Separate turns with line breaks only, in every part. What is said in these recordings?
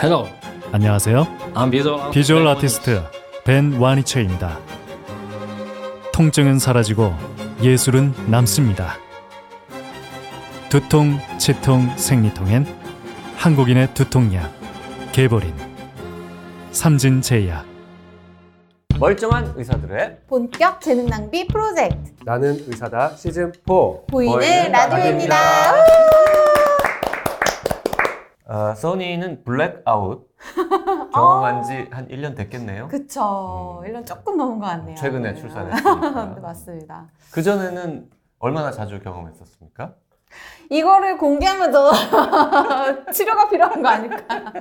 Hello,
안녕하세요.
I'm visual.
비주얼 아티스트 벤 와니체입니다. 통증은 사라지고 예술은 남습니다. 두통, 치통, 생리통엔 한국인의 두통약 개보린 삼진제약
멀쩡한 의사들의
본격 재능 낭비 프로젝트
나는 의사다 시즌 4
보이는 라디오입니다.
아, 써니는 블랙아웃 경험한 지 한 1년 됐겠네요.
어. 그쵸
음.
1년 조금 넘은 것 같네요
최근에
네. 네,
출산했으니까.
맞습니다
그전에는 얼마나 자주 경험했었습니까?
이거를 공개하면 저 치료가 필요한 거 아닐까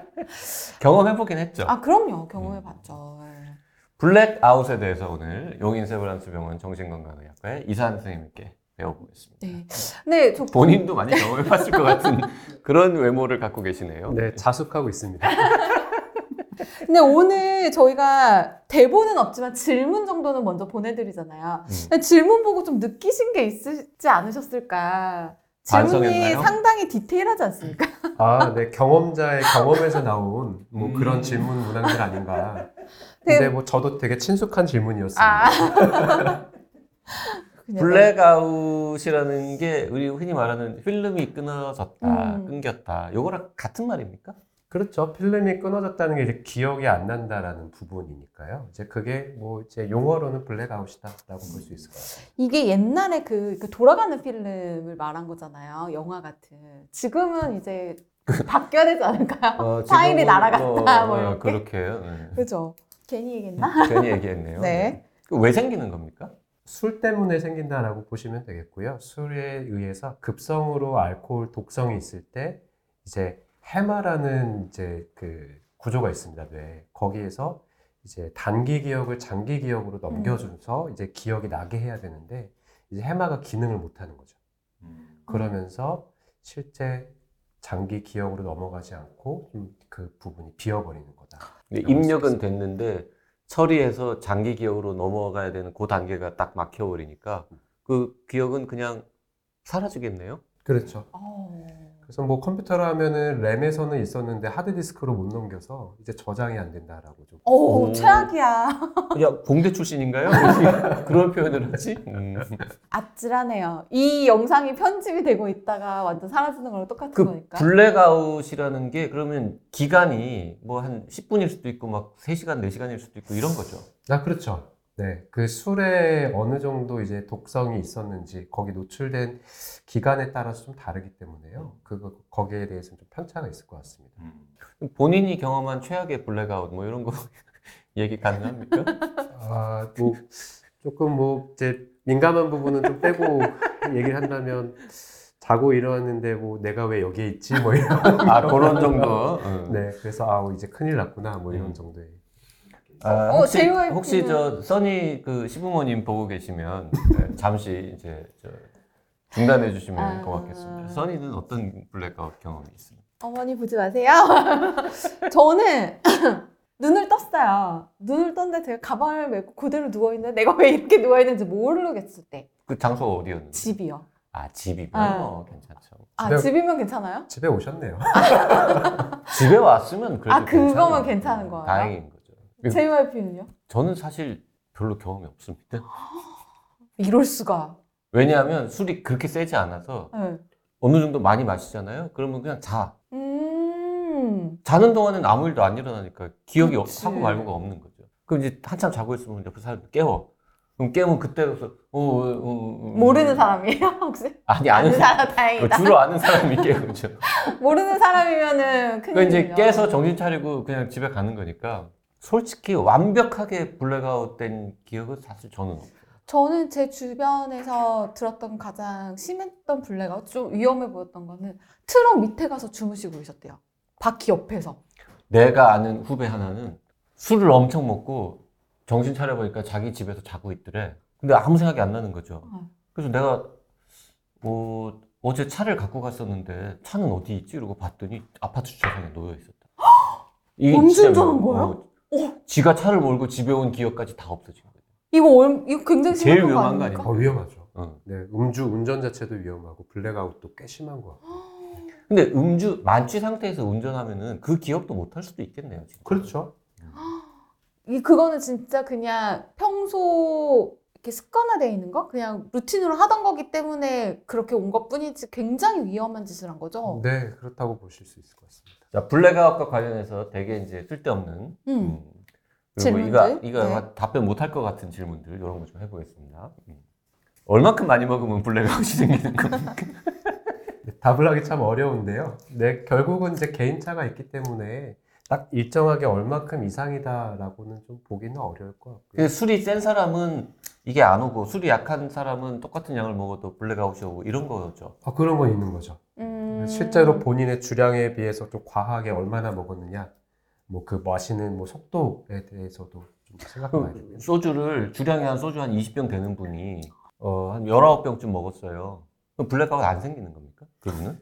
경험해보긴 했죠.
아
음.
그럼요 경험해봤죠
블랙아웃에 대해서 오늘 용인세브란스병원 정신건강의학과의 이산 선생님께 배워보겠습니다.
네 근데 저
음. 본인도 많이 경험해봤을 것 같은 그런 외모를 갖고 계시네요.
네, 자숙하고 있습니다.
근데 오늘 저희가 대본은 없지만 질문 정도는 먼저 보내드리잖아요
음.
근데 질문 보고 좀 느끼신 게 있으지 않으셨을까 질문이
반성했나요?
상당히 디테일하지 않습니까?
아, 네, 경험자의 경험에서 나온 뭐
음.
그런 질문 문항들 아닌가.
네.
근데 뭐 저도 되게 친숙한 질문이었습니다.
아 네.
블랙아웃이라는 게 우리 흔히 말하는 필름이 끊어졌다,
음.
끊겼다. 요거랑 같은 말입니까?
그렇죠. 필름이 끊어졌다는 게 이제 기억이 안 난다라는 부분이니까요. 이제 그게 뭐 이제 용어로는 블랙아웃이다라고 볼 수 있을 것 같아요.
이게 옛날에 그, 그 돌아가는 필름을 말한 거잖아요. 영화 같은. 지금은 이제 바뀌어야 되지 않을까요? 파일이 날아갔다, 뭐 이렇게.
어, 그렇게 요 예.
그죠? 괜히 얘기했나?
괜히 얘기했네요.
네.
그왜 생기는 겁니까?
술 때문에 생긴다라고 보시면 되겠고요. 술에 의해서 급성으로 알코올 독성이 있을 때 이제 해마라는 이제 그 구조가 있습니다. 뇌 거기에서 이제 단기 기억을 장기 기억으로 넘겨줘서 이제 기억이 나게 해야 되는데 이제 해마가 기능을 못하는 거죠. 그러면서 실제 장기 기억으로 넘어가지 않고 좀 그 부분이 비어버리는 거다.
근데
그럴 수
입력은
있어요.
됐는데 처리해서 장기 기억으로 넘어가야 되는 그 단계가 딱 막혀버리니까 그 기억은 그냥 사라지겠네요.
그렇죠.
어.
그래서 뭐 컴퓨터로 하면은 램에서는 있었는데 하드디스크로 못 넘겨서 이제 저장이 안 된다라고 좀.
오,
오.
어, 최악이야.
야 공대 출신인가요? 그런 표현을 하지? 음.
아찔하네요. 이 영상이 편집이 되고 있다가 완전 사라지는 거랑 똑같은
그
거니까.
블랙아웃이라는 게 그러면 기간이 뭐 한 10분일 수도 있고 막 3시간, 4시간일 수도 있고 이런 거죠.
아 그렇죠. 네, 그 술에 어느 정도 이제 독성이 있었는지 거기 노출된 기간에 따라서 좀 다르기 때문에요. 그거 거기에 대해서는 좀 편차가 있을 것 같습니다.
본인이 경험한 최악의 블랙아웃 뭐 이런 거 얘기 가능합니까?
아, 뭐 조금 뭐 이제 민감한 부분은 좀 빼고 얘기를 한다면 자고 일어났는데 뭐 내가 왜 여기에 있지 뭐 이런.
아 그런 정도. 음.
네, 그래서 아우 이제 큰일 났구나 뭐 이런
음.
정도의.
아,
어,
혹시,
JYP 는-
혹시 저 써니 그 시부모님 보고 계시면 네, 잠시 이제 저 중단해 주시면
아.
고맙겠습니다. 써니는 어떤 블랙아웃 경험이 있습니까?
어머니 보지 마세요. 저는 눈을 떴어요. 눈을 떴는데 제가 가방을 메고 그대로 누워있는데 내가 왜 이렇게 누워있는지 모르겠을 때.
그 장소가 어디였는지.
집이요.
아 집이면
아.
어, 괜찮죠.
아,
집에-
집이면 괜찮아요?
집에 오셨네요.
집에 왔으면 그래도
아, 그거면
괜찮아요.
괜찮은 거예요?
다행인 거죠.
JYP는요?
저는 사실 별로 경험이 없습니다.
이럴 수가.
왜냐하면 술이 그렇게 세지 않아서
네.
어느 정도 많이 마시잖아요. 그러면 그냥 자.
음.
자는 동안은 아무 일도 안 일어나니까 기억이 없,
그치.
하고 말고가 없는 거죠. 그럼 이제 한참 자고 있으면 옆에 사람 깨워. 그럼 깨면 그때로서 어, 어, 어, 어,
모르는 사람이에요, 혹시?
아니 그
아는
아는 사람
사람 다행이다.
주로 아는 사람이 깨우죠.
모르는 사람이면은 큰일이죠.
그러니까 이제 깨서 정신 차리고 그냥 집에 가는 거니까 솔직히 완벽하게 블랙아웃된 기억은 사실 저는 없어요.
저는 제 주변에서 들었던 가장 심했던 블랙아웃, 좀 위험해 보였던 거는 트럭 밑에 가서 주무시고 계셨대요. 바퀴 옆에서.
내가 아는 후배 하나는 술을 엄청 먹고 정신 차려보니까 자기 집에서 자고 있더래. 근데 아무 생각이 안 나는 거죠.
어.
그래서 내가 어, 어제 차를 갖고 갔었는데 차는 어디 있지? 이러고 봤더니 아파트 주차장에 놓여 있었다. 이게 진짜
음주운전한
뭐-
거예요?
어, 지가 차를 몰고 집에 온 기억까지 다 없어진 거예요.
이거, 얼, 이거 굉장히
제일
심한 거
위험한 거
아닙니까?
어, 위험하죠.
어.
네, 음주 운전 자체도 위험하고 블랙아웃도 꽤 심한 것 같아요.
근데 음주 만취 상태에서 운전하면은 그 기억도 못 할 수도 있겠네요. 지금.
그렇죠.
이 그거는 진짜 그냥 평소 이렇게 습관화되어 있는 거? 그냥 루틴으로 하던 거기 때문에 그렇게 온 것뿐이지 굉장히 위험한 짓을 한 거죠.
네, 그렇다고 보실 수 있을 것 같습니다.
자 블랙아웃과 관련해서 되게 이제 쓸데없는
음.
음, 그리고
질문들?
이거 이거
네.
아마 답변 못 할 것 같은 질문들 이런 거 좀 해보겠습니다. 음. 얼만큼 많이 먹으면 블랙아웃이 생기는 겁니까?
네, 답을 하기 참 어려운데요. 네, 결국은 이제 개인차가 있기 때문에 딱 일정하게 얼마큼 이상이다라고는 좀 보기는 어려울 것 같고요.
근데 그 술이 센 사람은 이게 안 오고 술이 약한 사람은 똑같은 양을 먹어도 블랙아웃이 오고 이런 거죠.
아, 그런 건 있는 거죠.
음.
실제로 본인의 주량에 비해서 좀 과하게 얼마나 먹었느냐, 뭐 그 마시는 뭐 속도에 대해서도 좀 생각해봐야 되고요.
그 소주를 주량이 한 소주 한 20병 되는 분이 어, 한 19병쯤 먹었어요. 그럼 블랙아웃 안 생기는 겁니까? 그분은?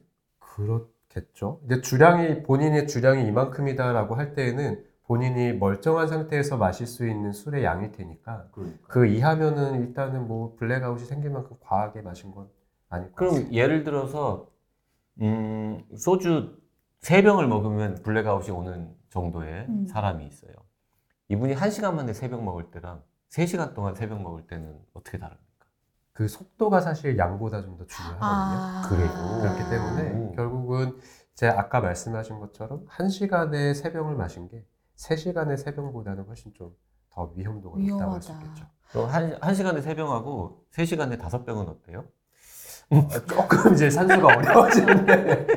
그렇겠죠. 이제 주량이 본인의 주량이 이만큼이다라고 할 때에는 본인이 멀쩡한 상태에서 마실 수 있는 술의 양일 테니까
그러니까.
그 이하면은 일단은 뭐 블랙아웃이 생길 만큼 과하게 마신 건 아닐 것
그럼
같습니다.
예를 들어서 음, 소주 3병을 먹으면 블랙아웃이 오는 정도의
음.
사람이 있어요. 이분이 1시간 만에 3병 먹을 때랑 3시간 동안 3병 먹을 때는 어떻게 다릅니까?
그 속도가 사실 양보다 좀 더 중요하거든요.
아.
그래요.
그렇기 때문에
오.
결국은 제 아까 말씀하신 것처럼 한시간에세병을 마신 게 세시간에세병보다는 훨씬 좀 더 위험도가 높다고 할 수
위험하다.
있겠죠.
또 한, 한 시간에 3병하고 3시간에 5병은 어때요?
조금 이제 산수가 어려워지는데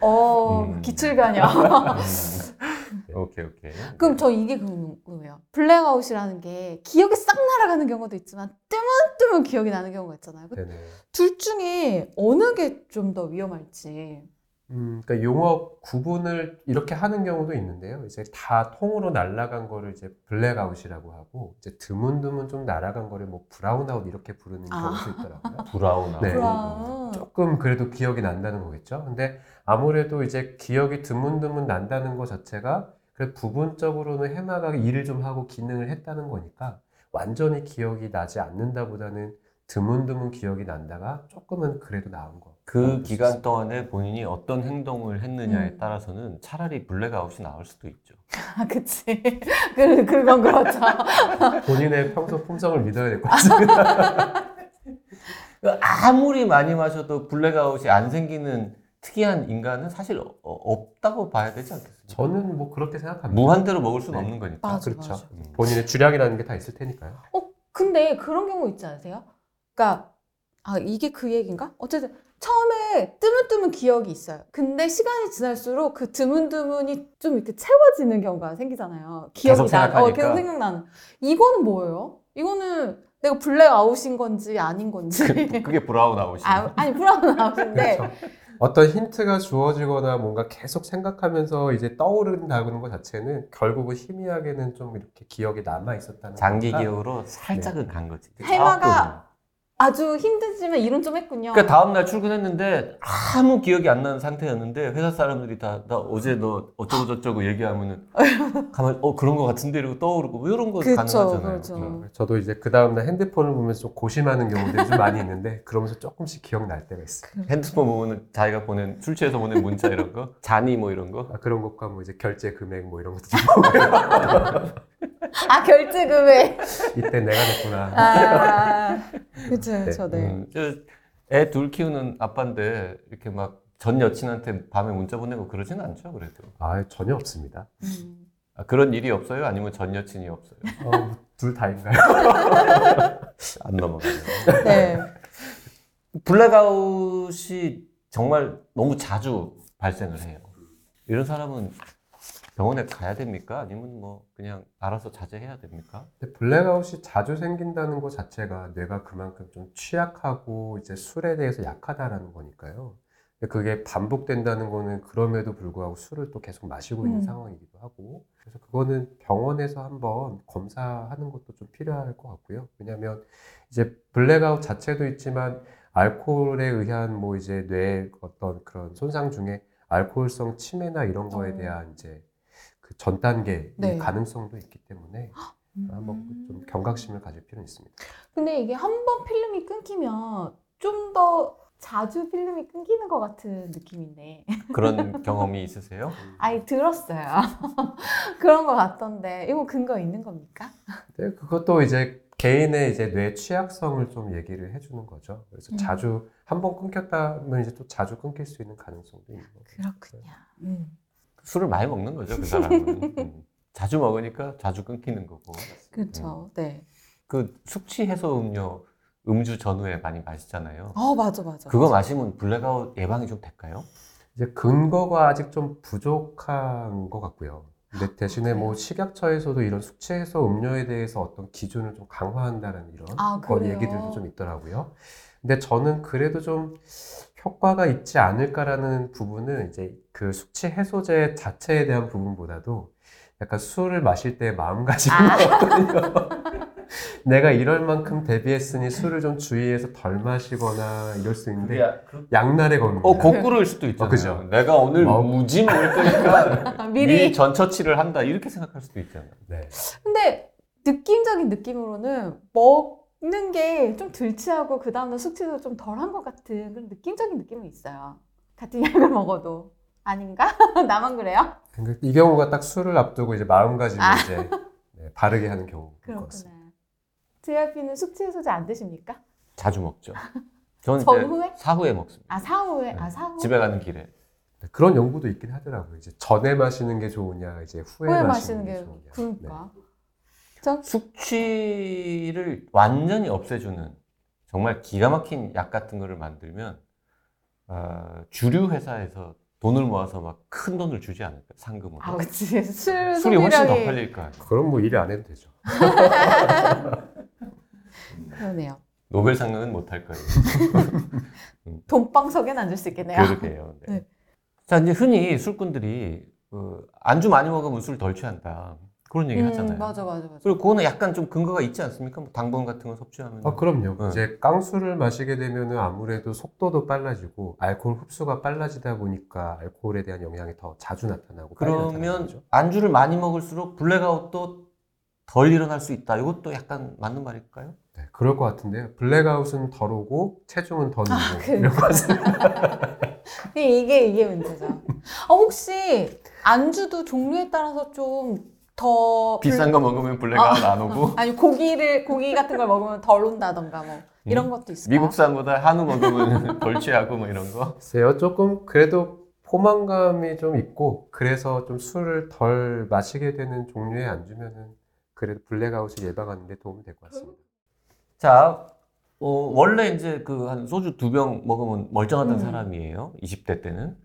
어,
음.
기출변이야.
오케이, 네. 오케이.
그럼 저 이게 궁금해요. 블랙아웃이라는 게 기억이 싹 날아가는 경우도 있지만 뜨문뜨문 기억이 나는 경우가 있잖아요. 그
네네.
둘 중에 어느 게 좀 더 위험할지.
음, 그러니까 용어 구분을 이렇게 하는 경우도 있는데요. 이제 다 통으로 날아간 거를 이제 블랙아웃이라고 하고 이제 드문드문 좀 날아간 거를 뭐 브라운아웃 이렇게 부르는
아.
경우도 있더라고요.
브라운 아웃.
네.
브라운.
조금 그래도 기억이 난다는 거겠죠. 근데 아무래도 이제 기억이 드문드문 난다는 것 자체가 그 부분적으로는 해마가 일을 좀 하고 기능을 했다는 거니까 완전히 기억이 나지 않는다보다는 드문드문 기억이 난다가 조금은 그래도 나은 거.
그 기간 동안에 본인이 어떤 행동을 했느냐에
음.
따라서는 차라리 블랙아웃이 나올 수도 있죠.
아, 그치. 그, 그건 그렇죠.
본인의 평소 품성을 믿어야 될 것 같습니다.
그러니까 아무리 많이 마셔도 블랙아웃이 안 생기는 특이한 인간은 사실 어- 어- 없다고 봐야 되지 않겠습니까?
저는 뭐 그렇게 생각합니다.
무한대로 먹을 수는
네.
없는 거니까.
맞아,
그렇죠.
맞아.
음.
본인의 주량이라는 게 다 있을 테니까요.
어, 근데 그런 경우 있지 않으세요? 그러니까 아, 이게 그 얘기인가? 어쨌든 처음에 뜨문뜨문 기억이 있어요. 근데 시간이 지날수록 그 드문드문이 좀 이렇게 채워지는 경우가 생기잖아요. 기억이
계속
나. 어, 계속
생각하니까.
생각나는. 이거는 뭐예요? 이거는 내가 블랙아웃인 건지 아닌 건지.
그, 그게 브라운 아웃이죠.
아, 아니 브라운 아웃인데
그렇죠. 어떤 힌트가 주어지거나 뭔가 계속 생각하면서 이제 떠오른다는 것 자체는 결국은 희미하게는 좀 이렇게 기억이 남아 네. 있었다는
장기
거니까
기억으로 살짝은 간 거지. 아,
해마가- 아주 힘들지만 일은 좀 했군요.
그러니까 다음 날 출근했는데 아무 기억이 안 나는 상태였는데 회사 사람들이 다 나 어제 너 어쩌고 저쩌고 얘기하면은 가만 어 그런 거 같은데 이러고 떠오르고 뭐 이런 거
그쵸,
가능하잖아요.
그렇죠.
음.
저도 이제 그 다음날 핸드폰을 보면서 좀 고심하는 경우들이 좀 많이 있는데 그러면서 조금씩 기억날 때가 있어요.
핸드폰 보면은 자기가 보낸 술 취해서 보낸 문자 이런 거 잔이 뭐 이런 거
아, 그런 것과 뭐 이제 결제 금액 뭐 이런 것도 좀 보고요.
아 결제 금액.
이때 내가 냈구나.
아, 그렇죠, 저 네.
음, 애 둘 키우는 아빠인데 이렇게 막 전 여친한테 밤에 문자 보내고 그러진 않죠 그래도
아 전혀 없습니다.
음.
아, 그런 일이 없어요 아니면 전 여친이 없어요
어, 둘 다인가요?
안 넘어가요
네.
블랙아웃이 정말 너무 자주 발생을 해요 이런 사람은 병원에 가야 됩니까 아니면 뭐 그냥 알아서 자제해야 됩니까
근데 블랙아웃이 자주 생긴다는 것 자체가 뇌가 그만큼 좀 취약하고 이제 술에 대해서 약하다라는 거니까요. 근데 그게 반복된다는 거는 그럼에도 불구하고 술을 또 계속 마시고 있는
음.
상황이기도 하고 그래서 그거는 병원에서 한번 검사하는 것도 좀 필요할 것 같고요. 왜냐하면 이제 블랙아웃 자체도 있지만 알코올에 의한 뭐 이제 뇌의 어떤 그런 손상 중에 알코올성 치매나 이런 거에
어.
대한 이제 그 전 단계의
네.
가능성도 있기 때문에 한번
음.
좀 경각심을 가질 필요는 있습니다.
근데 이게 한 번 필름이 끊기면 좀 더 자주 필름이 끊기는 것 같은 느낌인데.
그런 경험이 있으세요?
아니, 들었어요. 그런 것 같던데. 이거 근거 있는 겁니까?
근데 그것도 이제 개인의 이제 뇌 취약성을 좀 얘기를 해주는 거죠. 그래서
음.
자주 한 번 끊겼다면 이제 또 자주 끊길 수 있는 가능성도 있는 거죠.
그렇군요. 음.
술을 많이 먹는 거죠, 그 사람은. 음. 자주 먹으니까 자주 끊기는 거고. 음.
그렇죠. 네.
그 숙취 해소 음료 음주 전후에 많이 마시잖아요.
어, 맞아, 맞아.
그거 마시면 블랙아웃 예방이 좀 될까요?
이제 근거가 아직 좀 부족한 것 같고요. 근데 대신에
아,
뭐
그래요?
식약처에서도 이런 숙취 해소 음료에 대해서 어떤 기준을 좀 강화한다는 이런
아,
건
그래요?
얘기들도 좀 있더라고요. 근데 저는 그래도 좀 효과가 있지 않을까라는 부분은 이제 그 숙취 해소제 자체에 대한 부분보다도 약간 술을 마실 때 마음가짐이
아.
어떠냐. 내가 이럴 만큼 대비했으니 술을 좀 주의해서 덜 마시거나 이럴 수 있는데 양날의 검입니다.
아, 그 어, 거꾸로일 수도 있잖아요.
어, 그죠.
내가 오늘
뭐-
무지 먹을 거니까
아,
미리
미리.
전처치를 한다 이렇게 생각할 수도 있잖아요.
네.
근데 느낌적인 느낌으로는 먹는 게 좀 들치하고 그 다음날 숙취도 좀 덜한 것 같은 그런 느낌적인 느낌이 있어요. 같은 약을 먹어도. 아닌가? 나만 그래요?
그러니까 이 경우가 딱 술을 앞두고 이제 마음가짐을
아.
이제 네, 바르게 하는 경우인 것 같습니다.
그렇구나. JRP는 숙취 해소제 안 드십니까?
자주 먹죠. 저는
전후에?
이제 사후에 먹습니다.
아, 사후에?
네.
아, 사후?
집에 가는 길에.
네, 그런 연구도 있긴 하더라고요. 이제 전에 마시는 게 좋으냐, 이제 후에,
후에
마시는, 게 좋으냐. 네.
그러니까.
네. 숙취를 완전히 없애주는 정말 기가 막힌 약 같은 거를 만들면 아, 주류 회사에서 돈을 모아서 막 큰 돈을 주지 않을까 상금으로
아, 그치. 술
네. 술이 훨씬 더
소비량이-
팔릴 거야
네. 그럼 뭐 일을 안 해도 되죠.
그러네요.
노벨 상금은 못 할 거예요
돈방석엔 앉을 수 있겠네요.
그러게요 네.
네.
자 이제 흔히 술꾼들이 어, 안주 많이 먹으면 술 덜 취한다 그런 얘기 하잖아요
음, 맞아, 맞아, 맞아.
그리고 그거는 약간 좀 근거가 있지 않습니까 뭐 당분 같은 거 섭취하면
아, 그럼요.
네.
이제 깡수를 마시게 되면은 아무래도 속도도 빨라지고 알코올 흡수가 빨라지다 보니까 알코올에 대한 영향이 더 자주 나타나고 빨리 나타나는
그러면
거죠.
안주를 많이 먹을수록 블랙아웃도 덜 일어날 수 있다 이것도 약간 맞는 말일까요?
어,
네, 그럴 것 같은데요. 블랙아웃은 덜 오고 체중은 더 늘고
아, 그래요?
이런 것 같습니다.
네.
이게, 이게 문제죠. 어, 혹시 안주도 종류에 따라서 좀 더. 불-
비싼 거 먹으면 블랙아웃 안 오고
아니, 고기를, 고기 같은 걸 먹으면 덜 온다던가 뭐. 이런 것도
음.
있어요.
미국산보다 한우 먹으면 덜 취하고 뭐 이런 거.
글쎄요, 조금 그래도 포만감이 좀 있고 그래서 좀 술을 덜 마시게 되는 종류의 안주면은 그래도 블랙아웃을 예방하는 데 도움이 될 것 같습니다.
자, 어, 원래 이제 그 한 소주 두 병 먹으면 멀쩡하던
음.
사람이에요. 20대 때는.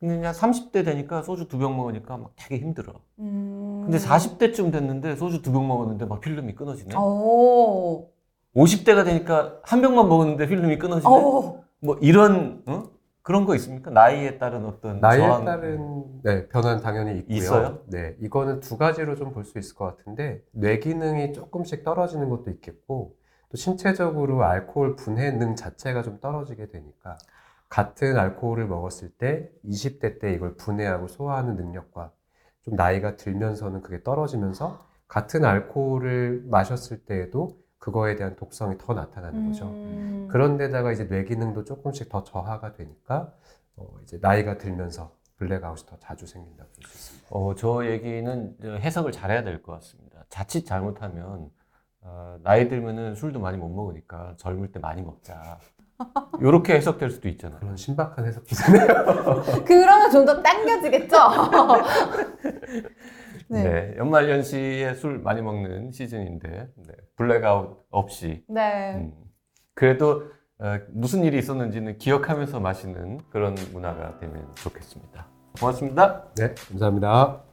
근데 그냥 30대 되니까 소주 두 병 먹으니까 막 되게 힘들어.
음.
근데 40대쯤 됐는데 소주 두 병 먹었는데 막 필름이 끊어지네.
오.
50대가 되니까 한 병만 먹었는데 필름이 끊어지네.
오.
뭐 이런 어? 그런 거 있습니까? 나이에 따른 어떤
나이에
저항.
따른 네, 변화는 당연히 있고요.
있어요?
네, 이거는 두 가지로 좀 볼 수 있을 것 같은데 뇌 기능이 조금씩 떨어지는 것도 있겠고 또 신체적으로 알코올 분해 능 자체가 좀 떨어지게 되니까 같은 알코올을 먹었을 때 20대 때 이걸 분해하고 소화하는 능력과 좀 나이가 들면서는 그게 떨어지면서 같은 알코올을 마셨을 때에도 그거에 대한 독성이 더
네,
나타나는 거죠.
음.
그런데다가 이제 뇌 기능도 조금씩 더 저하가 되니까 어, 이제 나이가 들면서 블랙아웃이 더 자주 생긴다고 볼 수 있습니다.
어, 저 얘기는 이제 해석을 잘해야 될 것 같습니다. 자칫 잘못하면 어, 나이 들면은 술도 많이 못 먹으니까 젊을 때 많이 먹자. 이렇게 해석될 수도 있잖아요.
그런 신박한 해석이네요.
그러면 좀 더 당겨지겠죠? 네. 네.
네, 연말연시에 술 많이 먹는 시즌인데 네, 블랙아웃 없이
네.
음, 그래도 어, 무슨 일이 있었는지는 기억하면서 마시는 그런 문화가 되면 좋겠습니다. 고맙습니다.
네, 감사합니다.